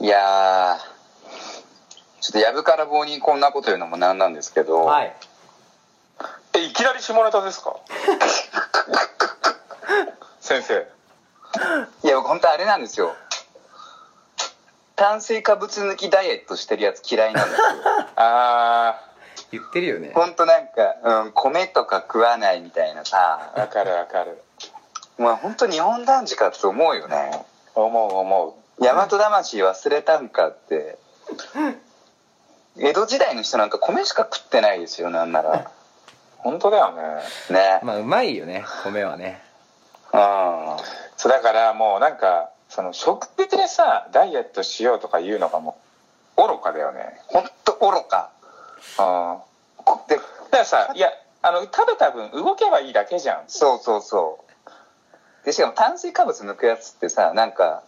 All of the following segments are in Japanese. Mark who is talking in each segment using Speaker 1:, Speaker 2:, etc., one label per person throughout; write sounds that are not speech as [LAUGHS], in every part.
Speaker 1: やー、ちょっとやぶから棒にこんなこと言うのもなんなんですけど、
Speaker 2: はい
Speaker 3: えいきなり下ネタですか [LAUGHS] 先生
Speaker 1: いや、僕本当あれなんですよ。炭水化物抜きダイエットしてるやつ嫌いなんですよ。
Speaker 3: [LAUGHS] あ
Speaker 2: 言ってるよね
Speaker 1: 本当なんか、うん、米とか食わないみたいなさ
Speaker 3: ー、わかるわかる
Speaker 1: まあ本当日本男児かと思うよね。
Speaker 3: 思う思
Speaker 1: 大和魂忘れたんかって。江戸時代の人なんか米しか食ってないですよ、なんなら。
Speaker 3: う本当だよね
Speaker 1: ね。
Speaker 2: まあうまいよね米はね
Speaker 1: うん。
Speaker 3: そうだからもうなんかその食事でさダイエットしようとか言うのがもう愚かだよね
Speaker 1: 本当愚か。
Speaker 3: あ
Speaker 1: で、
Speaker 3: だからさいやあの食べた分動けばいいだけじゃん
Speaker 1: そうそうそう。で、しかも炭水化物抜くやつってさ、なんか、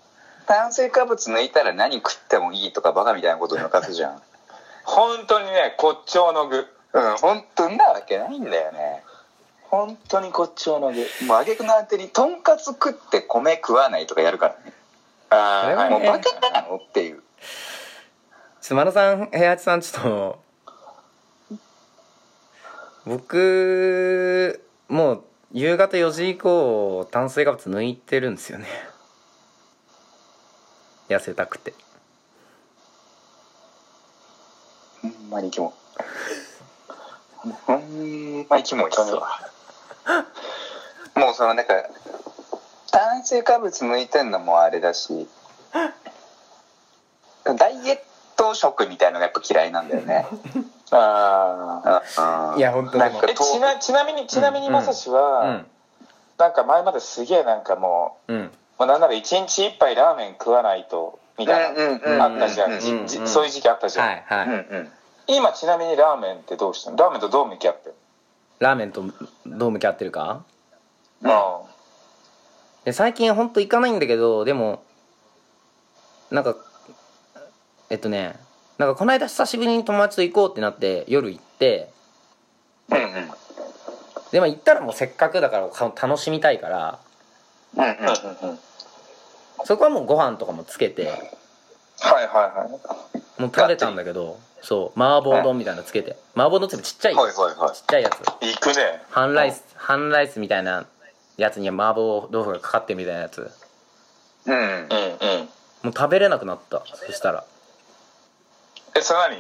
Speaker 1: 炭水化物抜いたら何食ってもいいとかバカみたいなこと抜かすじゃん。
Speaker 3: 本当にね骨頂の具
Speaker 1: うん、本当んなわけないんだよね。
Speaker 3: 本当に骨頂の具
Speaker 1: もう挙句の果てに、とんかつ食って米食わないとかやるからね。
Speaker 3: ああ、
Speaker 2: それは
Speaker 1: もう
Speaker 2: ね
Speaker 1: バカなのっていう。
Speaker 2: ちょっと真野さん平八さんちょっと僕もう夕方4時以降炭水化物抜いてるんですよね痩せたくて
Speaker 1: ほんまにキモい。ほんまにキモいっすわ。もうそのなんか、炭水化物抜いてんのもあれだし、ダイエット食みたいのがやっぱ嫌いなんだよね。
Speaker 3: あ
Speaker 1: うん
Speaker 2: いや本当
Speaker 1: な
Speaker 2: で
Speaker 1: ん
Speaker 2: も
Speaker 1: か
Speaker 3: えちなちなみにちなみに
Speaker 2: うん
Speaker 3: まさし
Speaker 2: う
Speaker 3: は、
Speaker 2: ん
Speaker 3: なんか前まですげえなんかも
Speaker 2: うん
Speaker 3: うもうなんなら一日一杯ラーメン食わないとみたいな、
Speaker 1: うんうんうん
Speaker 3: あったじゃん,
Speaker 1: うんうん
Speaker 3: じ、
Speaker 2: うん
Speaker 3: じそういう時期あったじゃん、
Speaker 2: はいはい、
Speaker 1: うんうん。
Speaker 3: 今ちなみにラーメンってどうしてんのラーメンとどう向き合ってんの
Speaker 2: ラーメンとどう向き合ってるか
Speaker 1: うん
Speaker 3: あ
Speaker 2: で最近ほんと行かないんだけどでもなんかえっとねなんかこの間久しぶりに友達と行こうってなって夜行って
Speaker 1: うんうん。
Speaker 2: でも行ったらもうせっかくだからか楽しみたいから
Speaker 1: うんうん。
Speaker 3: あうんうんうん
Speaker 2: そこはもうご飯とかもつけて
Speaker 3: はいはいはい
Speaker 2: もう食べたんだけどそう麻婆丼みたいなのつけて麻婆丼ってちっちゃい、
Speaker 1: はいはいはい
Speaker 2: ちっちゃいやつ
Speaker 3: 行くね
Speaker 2: 半ライス半ライスみたいなやつに麻婆豆腐がかかってるみたいなやつ
Speaker 1: うん
Speaker 3: う。んうん
Speaker 2: もう食べれなくなったそしたら
Speaker 3: えそれ何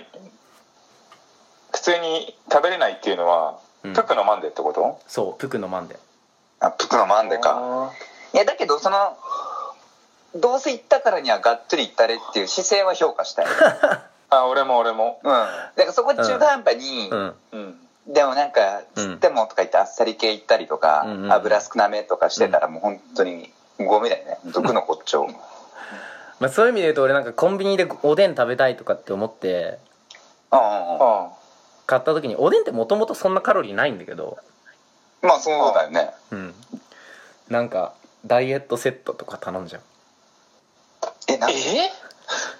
Speaker 3: 普通に食べれないっていうのは、
Speaker 2: うん
Speaker 3: プクのマンデってこと
Speaker 2: そうプクのマンで
Speaker 1: あ、プクのマンデか。いや、だけど、その、どうせ行ったからにはがっつり行ったれっていう姿勢は評価したい。うん。だ
Speaker 3: あ俺も俺も
Speaker 1: からそこで中途半端に、
Speaker 2: うん
Speaker 3: うん
Speaker 1: でもなんか、
Speaker 2: うん
Speaker 1: つってもとか言ってあっさり系行ったりとか、
Speaker 2: うんうんうん
Speaker 1: 油少なめとかしてたらもう本当にゴミだよね。毒の骨頂。
Speaker 2: まあ、そういう意味で言うと俺なんかコンビニでおでん食べたいとかって思って
Speaker 1: うんうんう
Speaker 3: あ
Speaker 2: 買った時におでんってもともとそんなカロリーないんだけど
Speaker 1: ん。まあそうだよね。
Speaker 2: うんなんかダイエットセットとか頼んじゃう
Speaker 1: え、なんか
Speaker 3: え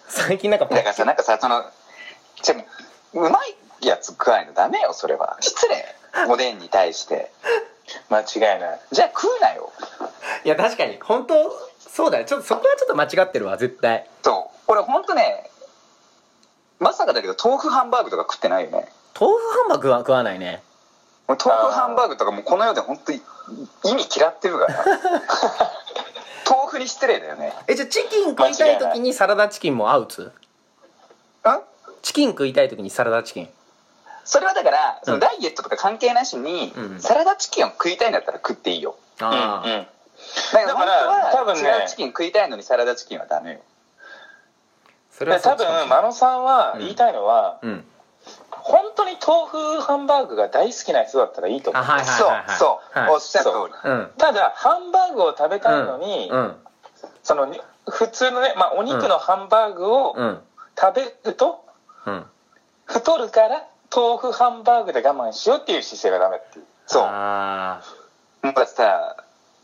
Speaker 2: 最近なんかパ
Speaker 1: だか
Speaker 2: ッ
Speaker 1: らさ、なんかさ、その、じゃうまいやつ食わないのダメよ、それは。失礼。おでんに対して。
Speaker 3: 間違いない
Speaker 1: じゃあ食うなよ。
Speaker 2: いや確かに本当そうだねちょっとそこはちょっと間違ってるわ絶対
Speaker 1: そう。俺ほんとね、まさかだけど豆腐ハンバーグとか食ってないよね。
Speaker 2: 豆腐ハンバーグは食わないね
Speaker 1: 俺豆腐ハンバーグとかもうこの世で本当に意味嫌ってる
Speaker 2: [LAUGHS]
Speaker 1: から。豆腐に失礼だよね。
Speaker 2: えじゃあチキン食いたい時にサラダチキンもアウツ
Speaker 1: うん
Speaker 2: チキン食いたい時にサラダチキン
Speaker 1: それはだから、その
Speaker 2: うん
Speaker 1: ダイエットとか関係なしに、
Speaker 2: うん
Speaker 1: サラダチキンを食いたいんだったら食っていいよ。
Speaker 2: ああ、
Speaker 3: うん
Speaker 1: だから本当は
Speaker 3: だから多分ね
Speaker 1: サラダチキン食いたいのにサラダチキンはダメよ。
Speaker 2: それ
Speaker 3: で
Speaker 2: はそう
Speaker 3: 多
Speaker 2: かもしれ
Speaker 3: 分
Speaker 2: ない
Speaker 3: 真野さんは言いたいのは、
Speaker 2: うん
Speaker 3: 本当に豆腐ハンバーグが大好きな人だったらいいと思
Speaker 2: あ
Speaker 3: う
Speaker 2: はいはい
Speaker 1: そう
Speaker 2: はいはい
Speaker 1: そう、
Speaker 2: はい
Speaker 1: おっしゃる通り。
Speaker 2: うん
Speaker 3: ただハンバーグを食べたいのに、
Speaker 2: うん
Speaker 3: そのね普通のね、まあ、お肉のハンバーグを
Speaker 2: うん
Speaker 3: 食べると
Speaker 2: うん
Speaker 3: 太るから豆腐ハンバーグで我慢しようっていう姿勢がダメっていう
Speaker 1: そう。
Speaker 2: あ
Speaker 1: やっぱさ、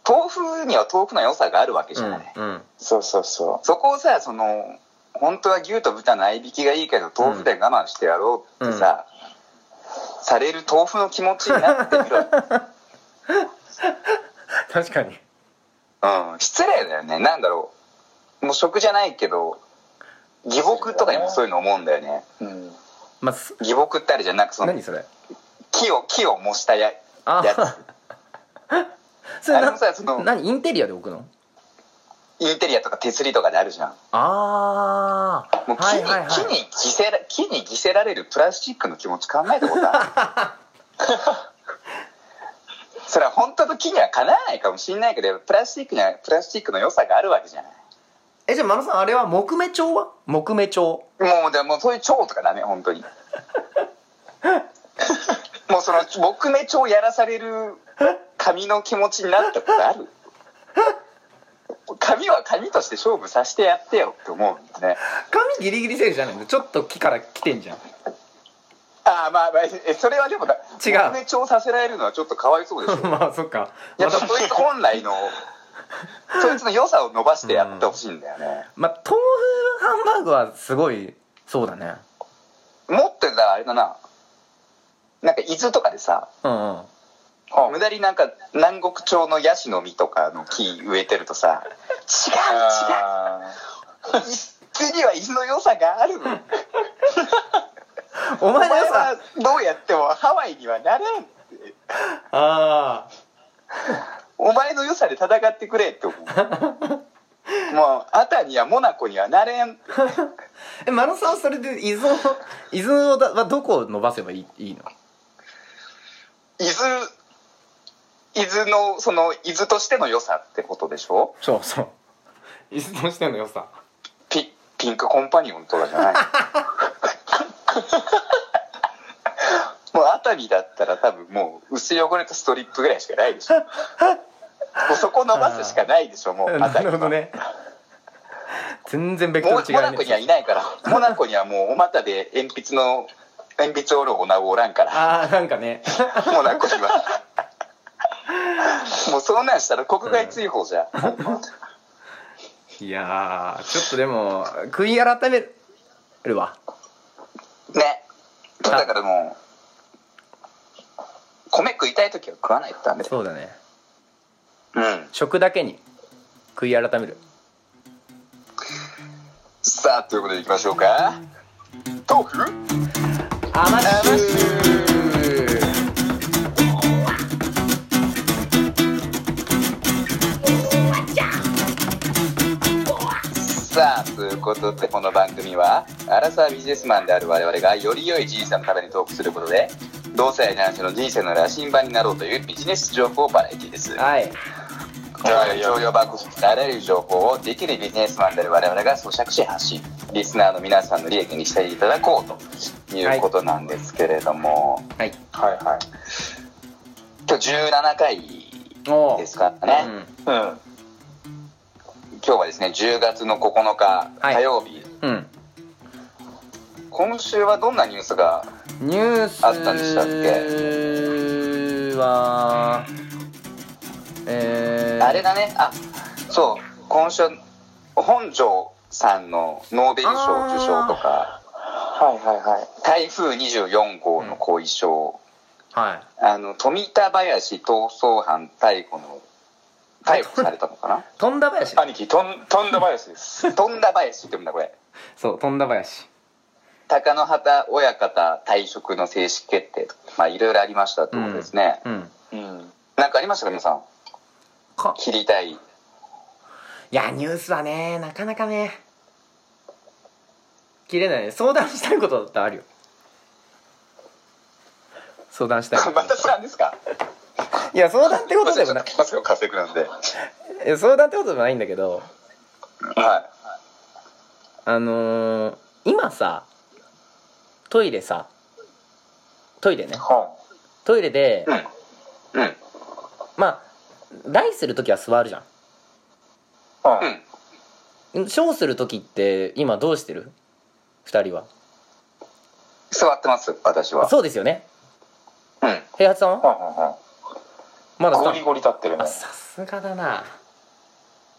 Speaker 1: 豆腐には豆腐の良さがあるわけじゃない。
Speaker 2: あうんうん
Speaker 3: そうそうそ
Speaker 1: そこをさ、その、本当は牛と豚の合いびきがいいけど、豆腐で我慢してやろうってさ、される豆腐の気持ちになってみろよ。
Speaker 2: 確かに
Speaker 1: うん、失礼だよね。なんだろう。もう食じゃないけど、義木とかにもそういうの思うんだよね
Speaker 3: うん
Speaker 2: まあす
Speaker 1: 義木ってあるじゃんなんかその
Speaker 2: 何それ
Speaker 1: 木を木を模したや
Speaker 2: あ
Speaker 1: やつ
Speaker 2: あ [LAUGHS] そ
Speaker 1: あ
Speaker 2: れ
Speaker 1: れ
Speaker 2: な
Speaker 1: もさその
Speaker 2: 何インテリアで置くの
Speaker 1: インテリアとか手すりとかであるじゃん
Speaker 2: ああ
Speaker 1: もう木に,、木に着せら木に着せられるプラスチックの気持ち考えたことあるそれは本当の木にはかなわないかもしれないけどプラスチックにはプラスチックの良さがあるわけじゃない
Speaker 2: えじゃあ真野さんあれは木目調は木目調
Speaker 1: もうでもそういう蝶とかダメ本当に [LAUGHS] もうその木目蝶やらされる髪の気持ちになったことある髪は髪として勝負させてやってよって思うんですね
Speaker 2: 髪ギリギリセーフじゃないのちょっと木から来てんじ [LAUGHS] ゃん
Speaker 1: ああまあまあえそれはでもだ
Speaker 2: 違う
Speaker 1: 木目蝶させられるのはちょっとかわいそうでしょ
Speaker 2: [LAUGHS] まあそっか
Speaker 1: やっ
Speaker 2: ま
Speaker 1: ぱ
Speaker 2: た
Speaker 1: そいつ本来のそいつの良さを伸ばしてやってほしいんだよね、
Speaker 2: まあ豆腐ハンバーグはすごいそうだね
Speaker 1: 持ってたらあれだななんか伊豆とかでさ
Speaker 2: うんうん
Speaker 1: 無駄になんか南国町のヤシの実とかの木植えてるとさ違う
Speaker 3: あ
Speaker 1: 違う伊豆には伊豆の良さがある
Speaker 2: お
Speaker 1: お
Speaker 2: 前の
Speaker 1: 前
Speaker 2: 良さ
Speaker 1: はどうやってもハワイにはなれん
Speaker 2: ああ
Speaker 1: お前の良さで戦ってくれって思うもうアタにはモナコにはなれん
Speaker 2: え真野さんはそれで伊豆を伊豆をだはどこを伸ばせばいいいいの
Speaker 1: 伊豆伊豆のその伊豆としての良さってことでしょ
Speaker 2: そうそう伊豆としての良さ
Speaker 1: ピピンクコンパニオンとかじゃないもう熱海だったら多分もう薄汚れたストリップぐらいしかないでしょもうそこ伸ばすしかないでしょもう熱
Speaker 2: な
Speaker 1: 海
Speaker 2: るほどね全然ベクト
Speaker 1: モ
Speaker 2: ル違
Speaker 1: モ
Speaker 2: う
Speaker 1: ナ
Speaker 2: ね
Speaker 1: コにはいないからモナコにはもうお股で鉛筆の鉛筆おるおなおらんから
Speaker 2: ああなんかね
Speaker 1: モナコにはもうそんなんしたら国外追放じゃん、
Speaker 2: いやーちょっとでも悔い改めるわ
Speaker 1: ねだからもう米食いたい時は食わないとダメだよ
Speaker 2: そうだね
Speaker 1: うん
Speaker 2: 食だけに悔い改める
Speaker 1: さあということでいきましょうか豆腐
Speaker 2: あま
Speaker 1: 余すさあということでこの番組はアラサービジネスマンである我々がより良い人生のためにトークすることで同性愛男子の人生の羅針盤になろうというビジネス情報バラエティです
Speaker 2: はい
Speaker 1: 情報バックスあらゆる情報をできるビジネスマンである我々が咀嚼し発信リスナーの皆さんの利益にしていただこうということなんですけれども、
Speaker 2: はい
Speaker 3: ーはいはい
Speaker 1: 今日17回
Speaker 2: お
Speaker 1: ですすからね、
Speaker 3: うん
Speaker 1: 今日はですね10月の9日
Speaker 2: はい
Speaker 1: 火曜日、
Speaker 2: うん、うん
Speaker 1: 今週はどんなニュースが
Speaker 2: ニュース
Speaker 1: あったんでしたっ
Speaker 2: はえー、
Speaker 1: あれだねあそう今週本庄さんのノーベル賞受賞とか
Speaker 3: はいはいはい
Speaker 1: 台風24号の後遺症、
Speaker 2: は
Speaker 1: あの富田林逃走犯逮捕の逮捕されたのかない
Speaker 2: 富田林
Speaker 3: [LAUGHS] 兄貴とんとんだ林で
Speaker 1: [LAUGHS]
Speaker 3: す
Speaker 1: 富田林って言うんだこれ
Speaker 2: そう富田林
Speaker 1: 貴乃畑親方退職の正式決定とかまあいろいろありましたってことですね、
Speaker 2: うん
Speaker 3: うん
Speaker 1: なんかありましたか皆さん
Speaker 2: か
Speaker 1: 切り
Speaker 3: [LAUGHS]
Speaker 1: たい
Speaker 2: いやニュースはねなかなかね切れないね相談したいことだったらあるよ相談したいこと
Speaker 1: [LAUGHS] またさんですか
Speaker 2: いや相談ってことでもない
Speaker 1: まさか稼ぐなん
Speaker 3: [LAUGHS]
Speaker 1: で
Speaker 2: いや相談ってことでもないんだけど
Speaker 1: は
Speaker 2: あのー、今さトイレさトイレね
Speaker 3: は
Speaker 2: トイレで
Speaker 1: いうん
Speaker 2: まあ大する時は座るじゃ
Speaker 3: あ
Speaker 1: う
Speaker 3: うん
Speaker 1: ん
Speaker 2: ん小する時って今どうしてる2人は
Speaker 1: 座ってます私は
Speaker 2: そうですよね
Speaker 1: うん
Speaker 2: 平八さんは
Speaker 3: は
Speaker 2: まだ
Speaker 3: ゴ
Speaker 2: 座
Speaker 3: リゴリ立ってるね
Speaker 2: あさすがだな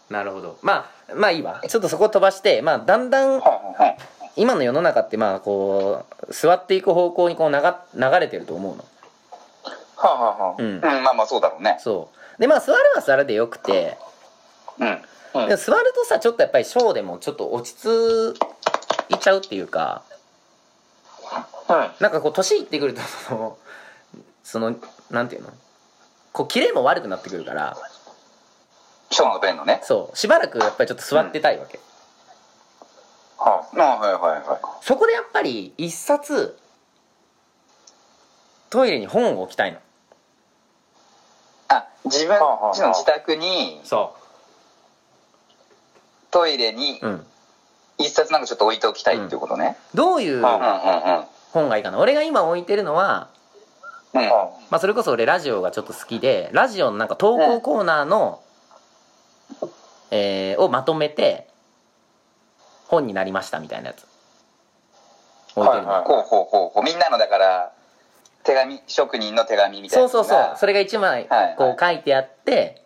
Speaker 2: なるほどまあまあいいわちょっとそこ飛ばしてまあだんだん
Speaker 3: は
Speaker 1: はい
Speaker 2: 今の世の中ってまあこう座っていく方向にこう流流れてると思うの
Speaker 3: あはあはあはあ
Speaker 2: うん
Speaker 1: うんまあまあそうだろうね
Speaker 2: そうでまあ座るは座るでよくて
Speaker 1: うん
Speaker 2: でも座るとさちょっとやっぱりショーでもちょっと落ち着きちゃうっていうか
Speaker 3: うん
Speaker 2: なんかこう年いってくるとそのそのなんていうのこうキレも悪くなってくるから
Speaker 1: ショーの弁のね。
Speaker 2: そうしばらくやっぱりちょっと座ってたいわけ、
Speaker 3: は
Speaker 1: あはいはいはい。
Speaker 2: そこでやっぱり一冊トイレに本を置きたいの
Speaker 1: あ、自分
Speaker 3: はあはあ
Speaker 1: ちの自宅に
Speaker 2: そ
Speaker 1: トイレに
Speaker 2: うん
Speaker 1: 一冊なんかちょっと置いておきたいっていうことね。
Speaker 2: どういう
Speaker 1: うんうんうん。
Speaker 2: 本がいいかな俺が今置いてるのは、
Speaker 1: うん
Speaker 3: い。は
Speaker 2: まあ、それこそ俺ラジオがちょっと好きでラジオのなんか投稿コーナーの、えーをまとめて本になりましたみたいなやつ置いてるの、
Speaker 3: はいはい
Speaker 1: ほうほうほうほう。みんなのだから、手紙、職人の手紙みたいな
Speaker 2: そうそうそうそ
Speaker 1: れ。
Speaker 2: れが一枚
Speaker 1: はいはい
Speaker 2: こう書いてあって、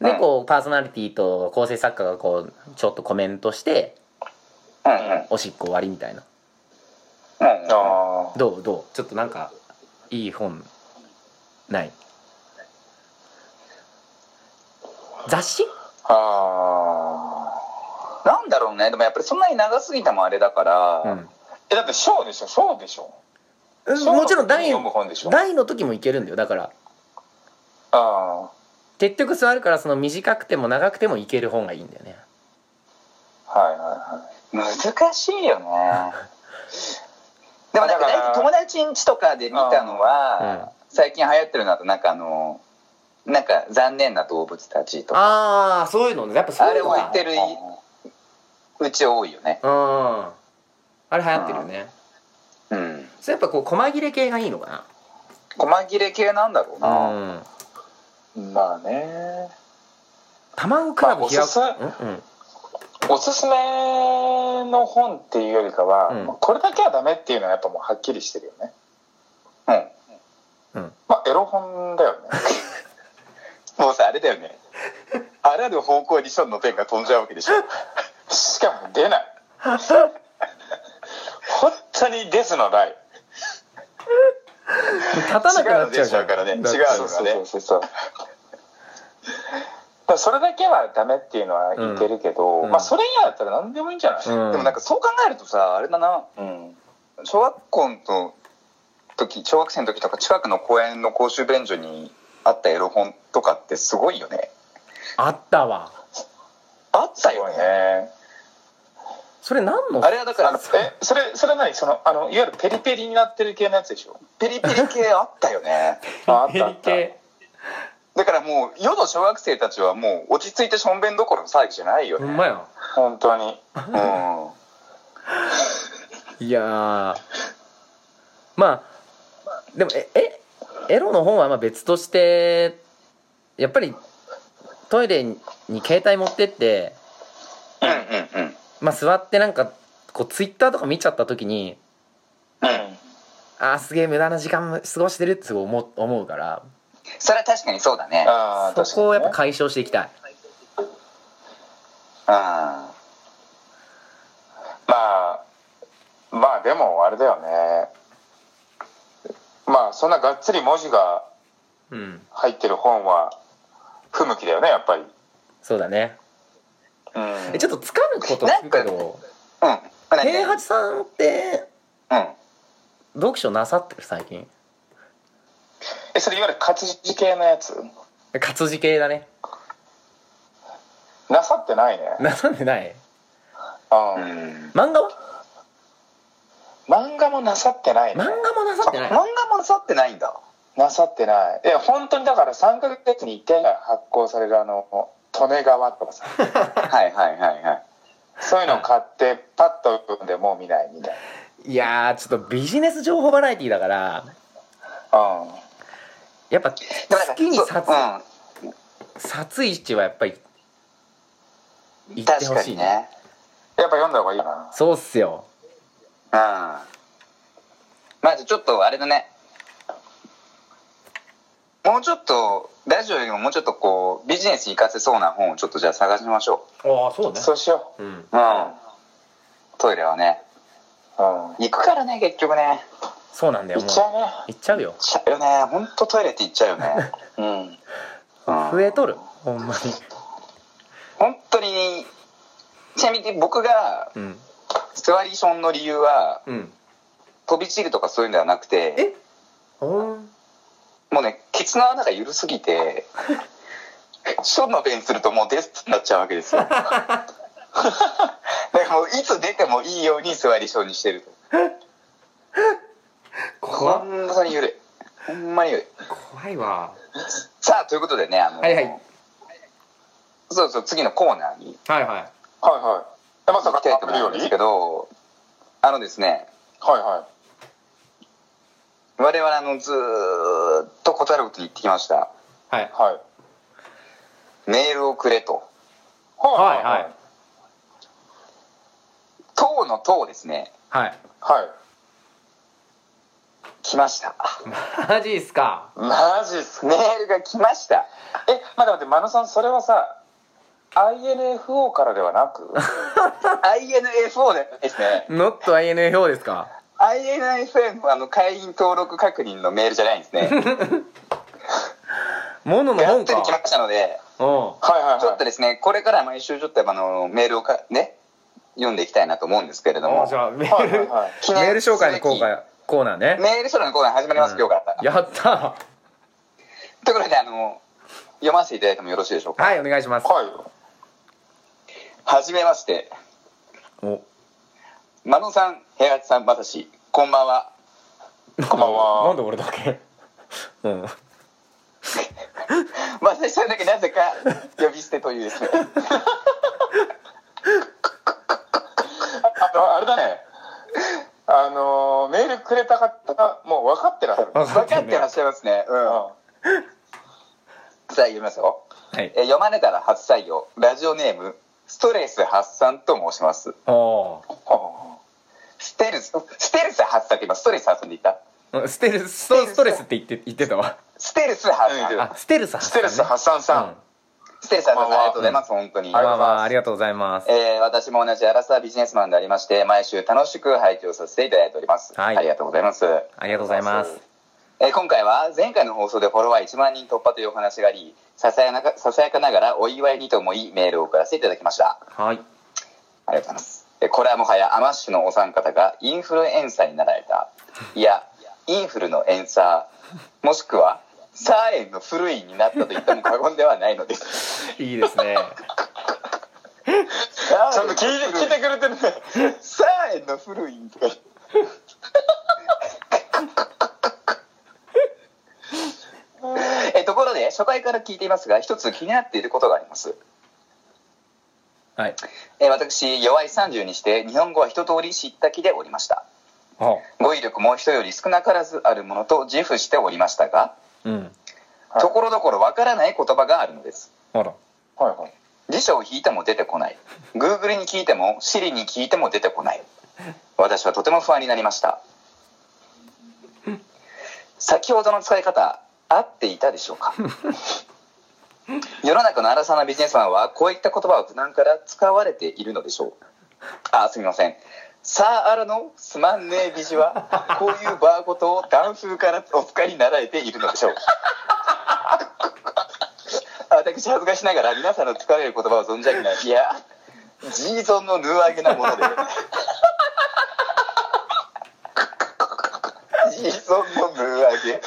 Speaker 1: う
Speaker 2: で
Speaker 1: ん
Speaker 2: こうパーソナリティと構成作家がこうちょっとコメントして
Speaker 1: うんうん。うんうん
Speaker 2: おしっこ終わりみたいな
Speaker 3: ああ
Speaker 2: どうどうちょっとなんかいい本ない雑誌
Speaker 3: あ
Speaker 1: なんだろうね。でもやっぱりそんなに長すぎてもあれだから、
Speaker 2: うん
Speaker 3: ーえだってショーでしょショーでしょショー
Speaker 2: もちろん
Speaker 3: の時に
Speaker 2: 大
Speaker 3: 読む本でしょ
Speaker 2: 大の時もいけるんだよだから
Speaker 3: あ
Speaker 2: 結局座るからその短くても長くてもいける本がいいんだよね
Speaker 3: あはいはいはい
Speaker 1: 難しいよね。 [LAUGHS] でもなんか
Speaker 3: だから
Speaker 1: 大体友達ん家とかで見たのは、最近流行ってるのだとなんかあの、なんか残念な動物たちとか、
Speaker 2: ああそういうのねやっぱそ
Speaker 1: あ
Speaker 2: うい
Speaker 1: れ
Speaker 2: うの
Speaker 1: 置い
Speaker 2: が
Speaker 1: てるうち多いよね。
Speaker 2: うんあれ流行ってるよね
Speaker 1: うん。
Speaker 2: それやっぱこう細切れ系がいいのか
Speaker 1: 細切れ系なんだろう
Speaker 2: な
Speaker 1: な。
Speaker 2: うん
Speaker 3: まあね
Speaker 2: 卵クラブ開
Speaker 3: まあ
Speaker 2: く
Speaker 3: おすすめ
Speaker 2: うんうん
Speaker 3: おすすめの本っていうよりかは、
Speaker 2: うん
Speaker 3: まあこれだけはダメっていうのはやっぱもうはっきりしてるよね
Speaker 1: うん。
Speaker 3: まあエロ本
Speaker 1: [LAUGHS]
Speaker 3: だよね
Speaker 1: もうさ、あれだよね。あらぬ方向にションのペンが飛んじゃうわけでしょ。
Speaker 3: しかも出ない本当にデスのない
Speaker 2: 立たなくなっちゃうじ
Speaker 1: 違うの出ちゃ
Speaker 2: ゃん
Speaker 1: うからね
Speaker 2: だって
Speaker 1: 違うの
Speaker 3: そうそうそうそう [LAUGHS] そうだからそれだけはダメっていうのは言ってるけど、
Speaker 2: うん
Speaker 3: まあそれ以外だったら何でもいいんじゃない、
Speaker 2: う
Speaker 1: でもなんかそう考えるとさ、あれだな、
Speaker 3: うん
Speaker 1: 小学校の時、小学生の時とか近くの公園の公衆便所にあったエロ本とかってすごいよね。
Speaker 2: あったわ
Speaker 1: あったよ
Speaker 3: そう
Speaker 1: ね。
Speaker 3: ね
Speaker 2: それ何の
Speaker 1: あれはだから
Speaker 3: あの、えそれそれ何そのあのいわゆるペリペリになってる系のやつでしょ
Speaker 1: ペリペリ系あったよね。 [LAUGHS]
Speaker 3: ああっ
Speaker 2: ペ
Speaker 3: たあ
Speaker 2: リ
Speaker 3: った
Speaker 2: 系
Speaker 1: だからもう、世の小学生たちはもう落ち着いてしょんべんどころの騒ぎじゃないよ
Speaker 2: ほ
Speaker 1: ね。
Speaker 2: んまや
Speaker 3: 本当に
Speaker 1: うん。はい
Speaker 2: やーまあでもええエロの本はまあ別としてやっぱりトイレに携帯持ってって、
Speaker 1: いうんうんうん。
Speaker 2: まあ、座ってなんかこうツイッターとか見ちゃった時に
Speaker 1: うん
Speaker 2: ああすげえ無駄な時間過ごしてるってすごい思う思うから
Speaker 1: それは確かにそうだね。
Speaker 3: ああ
Speaker 2: そこをやっぱ
Speaker 3: 確か
Speaker 2: 解消していきたい
Speaker 1: あ
Speaker 3: にねまあまあでもあれだよねまあそんながっつり文字が
Speaker 2: うん
Speaker 3: 入ってる本は不向きだよねやっぱり
Speaker 2: そうだね
Speaker 1: うん
Speaker 2: えちょっと疲ること聞くけど
Speaker 1: うん。まあなんか
Speaker 2: 平八さんって
Speaker 1: うん。
Speaker 2: 読書なさってる最近
Speaker 3: えそれいわゆる活字系のやつ
Speaker 2: 活字系だね [LAUGHS]
Speaker 3: なさってないね
Speaker 2: なさんでない
Speaker 3: うん
Speaker 1: うん
Speaker 2: 漫画は
Speaker 3: 漫画もなさってないね
Speaker 2: 漫画もなさってない
Speaker 1: 漫画もさってないんだ。
Speaker 3: なさってないいや本当にだから3ヶ月に1回が発行されるあの利根川と
Speaker 1: [LAUGHS]
Speaker 3: かさ
Speaker 1: はいはいはいはい。
Speaker 3: そういうのを買ってパッと読んでもう見ないみたい
Speaker 2: いやーちょっとビジネス情報バラエティーだから
Speaker 3: なうん
Speaker 2: やっぱ
Speaker 1: でもなんか
Speaker 2: 月に殺
Speaker 1: そう
Speaker 2: 殺一はやっぱり
Speaker 1: う
Speaker 2: 行
Speaker 1: ん。
Speaker 2: って
Speaker 1: 確
Speaker 2: ほ
Speaker 1: か
Speaker 2: しい
Speaker 1: に
Speaker 2: ね
Speaker 1: ね。
Speaker 3: やっぱ読んだ方がいいかな
Speaker 2: そうっすよ
Speaker 1: うん。まあじゃあちょっとあれだね。もうちょっと、ラジオよりももうちょっとこう、ビジネスに活かせそうな本をちょっとじゃあ探しましょ
Speaker 2: ああそう
Speaker 3: そうしよ
Speaker 2: う、ん、
Speaker 1: う。うん。トイレはね。
Speaker 3: ううん
Speaker 1: 行くからね、結局ね。
Speaker 2: そうなんだよ
Speaker 3: 行
Speaker 2: も
Speaker 3: っ
Speaker 2: う
Speaker 3: ちゃうね
Speaker 2: 行っちゃうよ
Speaker 1: 行っちゃうよね。ほんとトイレって行っちゃうよね。
Speaker 3: [LAUGHS]
Speaker 1: うん。
Speaker 2: 増えとるほんまに
Speaker 1: 本当にちなみに僕が
Speaker 2: うん
Speaker 1: スワリションの理由は
Speaker 2: うん
Speaker 1: 飛び散るとかそういうのではなくて
Speaker 2: ほん
Speaker 1: もうねケツの穴が緩すぎてションの便するともうデスになっちゃうわけ
Speaker 2: [LAUGHS]
Speaker 1: ですよだからもういつ出てもいいようにスワリションにしてるとほ
Speaker 2: 怖
Speaker 1: んまに緩いほんまに緩い
Speaker 2: 怖いわ
Speaker 1: さあということでねあの、
Speaker 2: はいはい
Speaker 1: そうそう次のコーナーに
Speaker 2: はいはい
Speaker 3: はいはいえまさ
Speaker 1: 行
Speaker 3: か
Speaker 1: きたいと思
Speaker 3: よ
Speaker 1: うん
Speaker 3: り
Speaker 1: で
Speaker 3: は
Speaker 1: す
Speaker 3: い
Speaker 1: けどあのですね
Speaker 3: は
Speaker 1: 我々あのずーっと断ることに言ってきました
Speaker 2: はい
Speaker 3: いはい
Speaker 1: メールをくれと
Speaker 2: はいはい
Speaker 1: 党の党ですね
Speaker 2: はい
Speaker 3: はい
Speaker 1: 来ました
Speaker 2: マジっすか
Speaker 3: マジっすか
Speaker 1: メールが来ました
Speaker 3: え待って待って真野さんそれはさ INFO からではなく
Speaker 1: INFO ですね
Speaker 2: Not INFO ですか
Speaker 1: INFM あの会員登録確認のメールじゃないんですね
Speaker 2: モノの
Speaker 1: やっ
Speaker 2: 本
Speaker 1: とに来ま
Speaker 2: か
Speaker 1: したので
Speaker 2: お
Speaker 3: はいはいはい
Speaker 1: ちょっとですねこれから毎週ちょっとあのメールをかね読んでいきたいなと思うんですけれど
Speaker 2: う
Speaker 1: も
Speaker 2: じゃあメ
Speaker 3: はい
Speaker 2: ール、
Speaker 3: はいはい
Speaker 1: 記
Speaker 2: メー
Speaker 1: 念
Speaker 2: ル
Speaker 1: すべ
Speaker 2: 紹
Speaker 1: き
Speaker 2: 介の今回コーナーね
Speaker 1: メール紹介のコーナー始まります、
Speaker 2: うん
Speaker 1: 今日から
Speaker 2: やった
Speaker 1: ということであの読ませていただいてもよろしいでしょうか
Speaker 2: はいお願いします
Speaker 3: はい
Speaker 1: はじめまして
Speaker 2: お
Speaker 1: 真野さん平八さんまさしこんばんは
Speaker 3: こんば
Speaker 2: な
Speaker 3: ん
Speaker 2: ん
Speaker 3: は
Speaker 2: で俺だけうん
Speaker 1: まさしさんだけなぜか呼び捨てというですね
Speaker 3: あああれだねあのーメールくれた方もう分かってらっしゃる
Speaker 2: 分
Speaker 1: 分かってらっしゃいます
Speaker 2: [LAUGHS]
Speaker 1: ねうんさあ読みますよ
Speaker 2: はい
Speaker 1: えー読まれたら初採用ラジオネームストレス発散と申します
Speaker 2: お
Speaker 1: ステルスステルス発散って今ストレス発散で言った
Speaker 2: ーステルスストストレスって言って言ってたわ
Speaker 1: ステルス発
Speaker 3: うん言って
Speaker 1: 散
Speaker 3: た
Speaker 2: あステルス発
Speaker 3: ス
Speaker 2: 散
Speaker 3: テ
Speaker 2: ね
Speaker 3: ルス発散さん、
Speaker 2: うん
Speaker 1: ステルス発散ありがとうございます本当に
Speaker 3: あり
Speaker 2: まあ
Speaker 3: がとうございます
Speaker 2: まあありがとうございます
Speaker 1: えー私も同じアラサービジネスマンでありまして毎週楽しく拝聴させていただいております、
Speaker 2: はい
Speaker 1: ありがとうございます
Speaker 2: ありがとうございます
Speaker 1: えー今回は前回の放送でフォロワー1万人突破というお話がありささやなかささやかながらお祝いにと思いメールを送らせていただきました
Speaker 2: は
Speaker 1: あ
Speaker 2: い
Speaker 1: りがとうございます。えこれはもはやアマッシュのお三方がインフルエンサーになられた、いや、インフルのエンサー、もしくは、サーエンの古いになったと言っても過言ではないのです。
Speaker 2: いいですね
Speaker 3: [LAUGHS] ちゃんと聞いて聞いてくれてるね
Speaker 1: サーエンの古いとか言って。 [LAUGHS] えところで初回から聞いていますが一つ気になっていることがあります
Speaker 2: はい
Speaker 1: え私弱い30にして日本語は一通り知った気でおりました
Speaker 2: あ
Speaker 1: 語彙力も人より少なからずあるものと自負しておりましたが
Speaker 2: うん
Speaker 3: はい
Speaker 1: ところどころわからない言葉があるのです
Speaker 2: あら
Speaker 3: はいはい
Speaker 1: 辞書を引いても出てこない Google に聞いても Siri に聞いても出てこない私はとても不安になりました先ほどの使い方合っていたでしょうか世の中の荒さなビジネスマンはこういった言葉を普段から使われているのでしょうあすみませんさああらのすまんねえ美女はこういうバーごとを男風からお使いになられているのでしょう私恥ずかしながら皆さんの使われる言葉を存じ上げないいやジーゾンのヌーアゲなもので [LAUGHS] ジーゾンのヌーア
Speaker 2: [LAUGHS]
Speaker 1: ゲ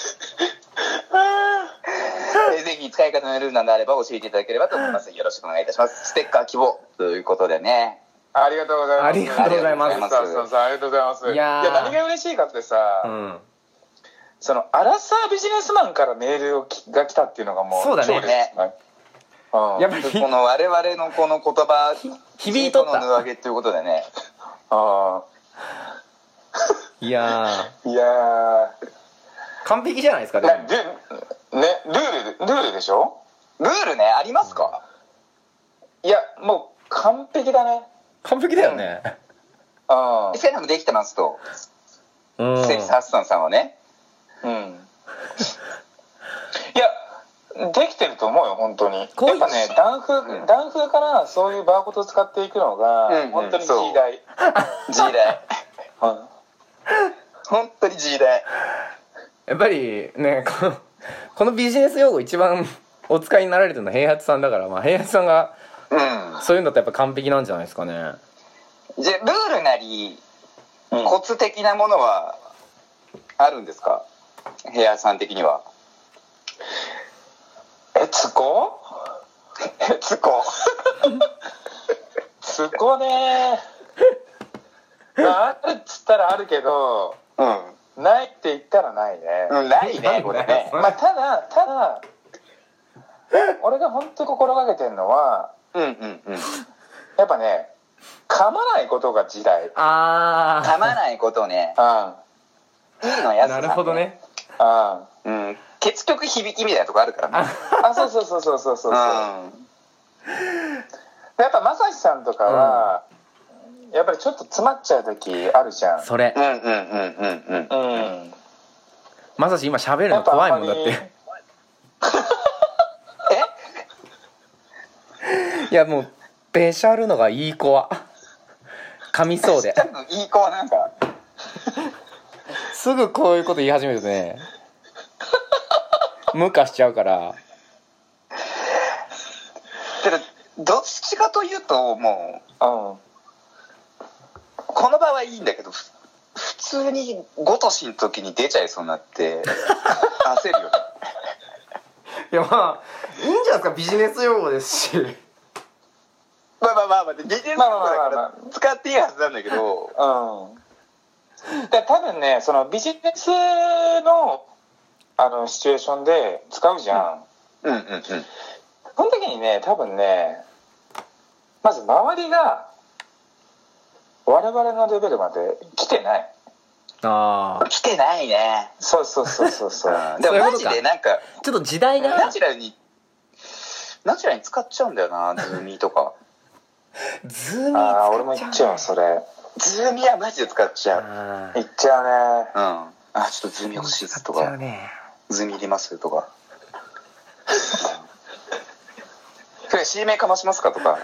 Speaker 1: えぜひ使い方のルールなどあれば教えていただければと思いますよろしくお願いいたしますステッカー希望ということでね
Speaker 3: ありがとうございます
Speaker 2: ありがとうございます
Speaker 3: そうそうそうありがとうございます
Speaker 2: いやー
Speaker 3: 何が嬉しいかってさ、
Speaker 2: うん
Speaker 3: そのアラサービジネスマンからメールをきが来たっていうのがもう
Speaker 2: そうだね
Speaker 3: 超嬉しいですねうん
Speaker 2: やっぱり
Speaker 1: この我々のこの言葉
Speaker 2: 響いとっ
Speaker 1: ジーゾンのヌー
Speaker 2: た
Speaker 1: アゲということでね
Speaker 3: あ
Speaker 2: いや
Speaker 3: ーいや
Speaker 2: ー完璧じゃないですか
Speaker 3: ー
Speaker 2: で
Speaker 3: な
Speaker 2: も
Speaker 3: ルねルールルールでしょ
Speaker 1: ルールねありますか、
Speaker 3: いやもう完璧だね
Speaker 2: 完璧だよね
Speaker 3: うん
Speaker 1: 一切でもできてますと、
Speaker 2: うん
Speaker 1: セリス・ハッサンさんはね
Speaker 3: うんいやできてると思うよ本当にやっ
Speaker 2: こういう
Speaker 3: ぱね男風、
Speaker 1: うん
Speaker 3: 男風からそういうバーコードを使っていくのが、
Speaker 1: うんうん
Speaker 3: 本当に時
Speaker 1: そう
Speaker 3: 代、
Speaker 1: G
Speaker 2: [LAUGHS]
Speaker 1: 代
Speaker 3: うん
Speaker 1: 本当に G 代
Speaker 2: やっぱりねこのこのビジネス用語一番お使いになられてるのは平八さんだからまあ平八さんが
Speaker 1: うん
Speaker 2: そういうんだったらやっぱ完璧なんじゃないですかね
Speaker 1: じゃあルールなり
Speaker 2: うん
Speaker 1: コツ的なものはあるんですか部屋さん的には
Speaker 3: えつこ
Speaker 1: つ
Speaker 3: [LAUGHS]
Speaker 1: こ
Speaker 3: つこねまああるっつったらあるけど
Speaker 1: うん、
Speaker 3: ないって言ったらないね、
Speaker 1: うん、ないねこれね
Speaker 3: まあただただ俺が本当心がけてるのは
Speaker 1: うんうんうん
Speaker 3: やっぱね噛まないことが時代うん
Speaker 2: あ
Speaker 1: 噛
Speaker 2: あ
Speaker 1: まないことね
Speaker 3: うん
Speaker 1: いいのやすさ
Speaker 2: なんるほどね
Speaker 3: あ
Speaker 1: うん結局響きみたいなとこあるからね
Speaker 3: そうそうそうそうそうそうそうや
Speaker 1: うん
Speaker 3: っぱまさしさんとかは、やっぱりちょっと詰まっちゃう時あるじゃん
Speaker 2: それ
Speaker 1: うんうんうんうんうん
Speaker 3: うん
Speaker 2: まさし今喋る
Speaker 3: や
Speaker 2: の
Speaker 3: っぱ
Speaker 2: 怖い
Speaker 3: あ
Speaker 2: も
Speaker 3: ん
Speaker 2: ん
Speaker 3: ま
Speaker 2: だっ
Speaker 3: り
Speaker 2: て [LAUGHS] いやもうべしゃるのがいい子は噛みそうで
Speaker 1: 多分いい子はなんか
Speaker 2: すぐこういうこと言い始めるとね無化しちゃうから
Speaker 1: けどどっちかというともう
Speaker 3: うん
Speaker 1: この場はいいんだけどふ普通にごとしの時に出ちゃいそうになって [LAUGHS] 焦るよね
Speaker 2: いやまあいいんじゃないですかビジネス用語ですし
Speaker 1: まあまあまあまあビジネス用語だ
Speaker 3: まあまあまあ
Speaker 1: か
Speaker 3: ま
Speaker 1: ら使っていいはずなんだけど
Speaker 3: うん。で多分ねそのビジネスのあのシチュエーションで使うじゃん。
Speaker 1: うんうんうん
Speaker 3: その時にね多分ねまず周りが我々のレベルまで来てない。
Speaker 2: ああ
Speaker 1: 来てないね
Speaker 3: そうそうそうそう [LAUGHS] そう。
Speaker 1: うんでもマジでなんか
Speaker 2: ちょっと時代
Speaker 1: ナ
Speaker 2: が
Speaker 1: チュラルにナチュラルに使っちゃうんだよなズーミーとか
Speaker 2: ズーム
Speaker 3: ああ俺も行っちゃうそれ。
Speaker 1: ズーミーはマジで使っちゃううん
Speaker 2: あ
Speaker 3: 行っちゃうね。
Speaker 1: あちょっとズーミー欲しいですと
Speaker 2: 使っちゃう
Speaker 1: か
Speaker 2: ね
Speaker 1: ズーミーいりますとか [LAUGHS] それ C 名かましますかと [LAUGHS] か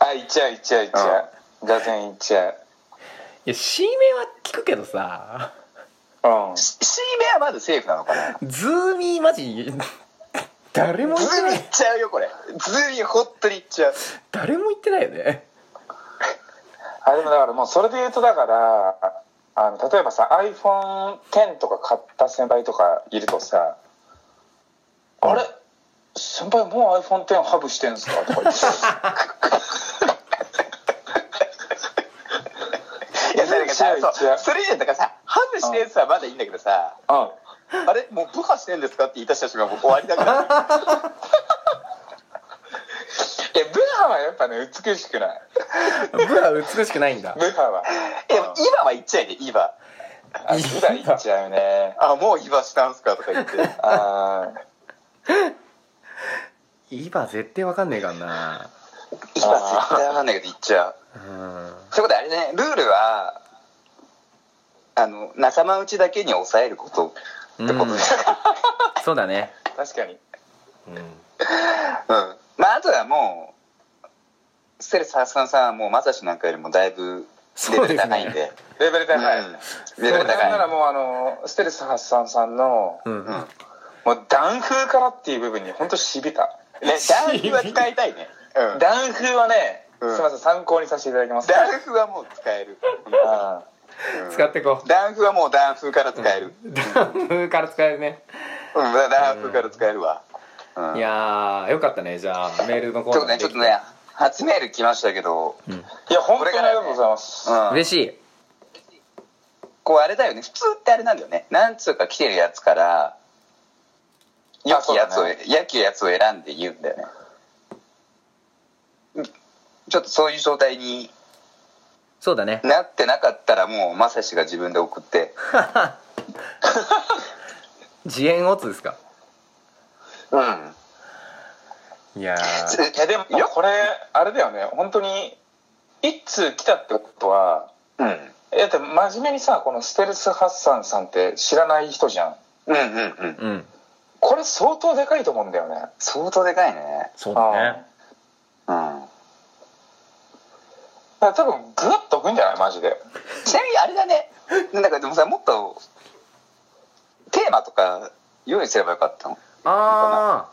Speaker 3: あ行っちゃう行っちゃう行っちゃう。座禅行っちゃう。
Speaker 2: いや C 名は聞くけどさ
Speaker 3: うん。
Speaker 1: C 名はまだセーフなのかな
Speaker 2: ズーミーマジ誰も言って
Speaker 1: ズー
Speaker 2: な
Speaker 1: ミーい
Speaker 2: い
Speaker 1: っちゃうよこれズーミー本当にいっちゃう
Speaker 2: 誰も言ってないよね
Speaker 3: あでもだからもうそれで言うとだからあの例えばさ iPhone10 とか買った先輩とかいるとさ「あれ先輩もう iPhone10 ハブしてんすか?」とか [LAUGHS] 言って
Speaker 1: いやだからさ
Speaker 3: いっちゃういっち
Speaker 1: そ
Speaker 3: ゃ
Speaker 1: う
Speaker 3: う
Speaker 1: それ以前だからさハブしてるやつはまだいいんだけどさ
Speaker 3: うん
Speaker 1: あれもう部破してんですかって言い出した瞬間もう終わりだから
Speaker 3: いやブハはやっぱね美しくない
Speaker 2: ブは美しくないんだ
Speaker 3: ブハはい
Speaker 1: や今は言っちゃいね今
Speaker 3: あ普段言っちゃうね
Speaker 1: あもう今したんすかとか言 [LAUGHS] って
Speaker 3: あ
Speaker 2: 今絶対わかんねえからな
Speaker 1: 今絶対わかんないけど言っちゃう
Speaker 2: うん
Speaker 1: そういうことあれねルールはあの仲間内だけに抑えることってことね、
Speaker 2: そうだね
Speaker 3: ー確かに
Speaker 2: うん
Speaker 1: うんまああとはもうステレス発散さんはもうまさしなんかよりもだいぶレベル高いんで
Speaker 3: レベル高い、
Speaker 1: うんレベ
Speaker 3: レベ
Speaker 1: ル
Speaker 3: ル高い
Speaker 1: 高い
Speaker 3: ならもうあのステルス発散さんの
Speaker 2: うん
Speaker 1: うん
Speaker 3: もう断風からっていう部分に本当しびた
Speaker 1: ねダンフは使いたいねうんダン
Speaker 3: 断風はね、
Speaker 1: うん
Speaker 3: すみません参考にさせていただきます
Speaker 1: ダンフはもう使える、う
Speaker 3: あ
Speaker 1: ん
Speaker 2: 使ってこ
Speaker 1: ダンフはもうダンフから使える
Speaker 2: うダムから使えるね
Speaker 1: うん、ダンフから使えるわ、うん
Speaker 2: いやーよかったねじゃあメールのコ
Speaker 1: ちょっと
Speaker 2: ーナ
Speaker 1: ね
Speaker 2: ー
Speaker 1: ちょっとね初メール来ましたけど、
Speaker 3: いや本当にありがとうございます、
Speaker 1: うん、
Speaker 2: 嬉しい
Speaker 1: こうあれだよね普通ってあれなんだよねなんつうか来てるやつから良
Speaker 3: あそ
Speaker 1: き
Speaker 3: う
Speaker 1: や
Speaker 3: だ
Speaker 1: つを、
Speaker 3: ね
Speaker 1: 良きやつを選んで言うんだよねうんちょっとそういう状態に
Speaker 2: そうだね
Speaker 1: なってなかったらもうまさしが自分で送って
Speaker 2: [LAUGHS] 自演オツですか
Speaker 1: うん
Speaker 2: いや
Speaker 1: つ
Speaker 2: ー
Speaker 3: いやでも
Speaker 1: いや
Speaker 3: これあれだよね本当に一通来たってことは
Speaker 1: うん
Speaker 3: えだって真面目にさこのステルスハッサンさんって知らない人じゃん
Speaker 1: うんうんうん
Speaker 2: うん
Speaker 3: これ相当でかいと思うんだよね
Speaker 1: 相当でかいね
Speaker 2: そう
Speaker 3: うん
Speaker 2: だね
Speaker 1: うん
Speaker 3: だから多分グッと置くんじゃないマジで
Speaker 1: ちなみにあれだねなんかでもさもっとテーマとか用意すればよかったの
Speaker 2: あ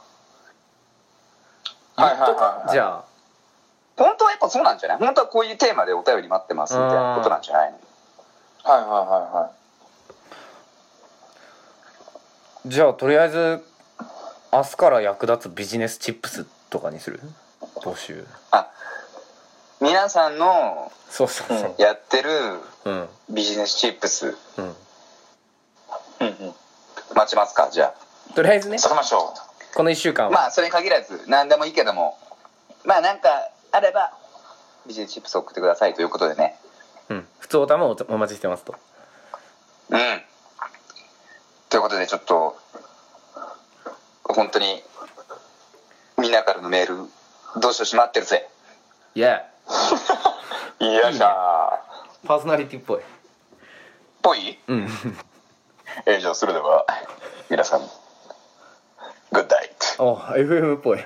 Speaker 2: あ
Speaker 3: はいはいはい、はい、
Speaker 2: じ
Speaker 3: ゃ
Speaker 2: ゃあ
Speaker 3: 本当はやっぱそうなんじゃない本当はこういうテーマでお便り待ってますみたいなことなんじゃないの
Speaker 4: はいはいは
Speaker 2: じゃあとりあえず明日から役立つビジネスチップスとかにする募集
Speaker 3: 皆さんの
Speaker 2: そうそうそう
Speaker 3: やってる
Speaker 2: うん
Speaker 3: ビジネスチップス
Speaker 2: うん
Speaker 4: いはい。うんうん。
Speaker 3: 待ちますかじゃ
Speaker 2: とりあえずね
Speaker 4: それましょ
Speaker 2: この1週間
Speaker 3: あ
Speaker 2: は、
Speaker 3: まあそれに限らず何でもいいけどもまあなんかあればビジネスチップス送ってくださいということでね
Speaker 2: うん、普通おたまをお待ちしてますと
Speaker 3: うんということでちょっと本当にみんなからのメールどうしようしまってるぜ
Speaker 2: いや
Speaker 4: う。いやじゃあ。
Speaker 2: パーソナリティっぽい
Speaker 3: ぽい
Speaker 2: うん [LAUGHS]
Speaker 3: えーじゃあそれでは皆さんグッダイト
Speaker 2: あ FM っぽい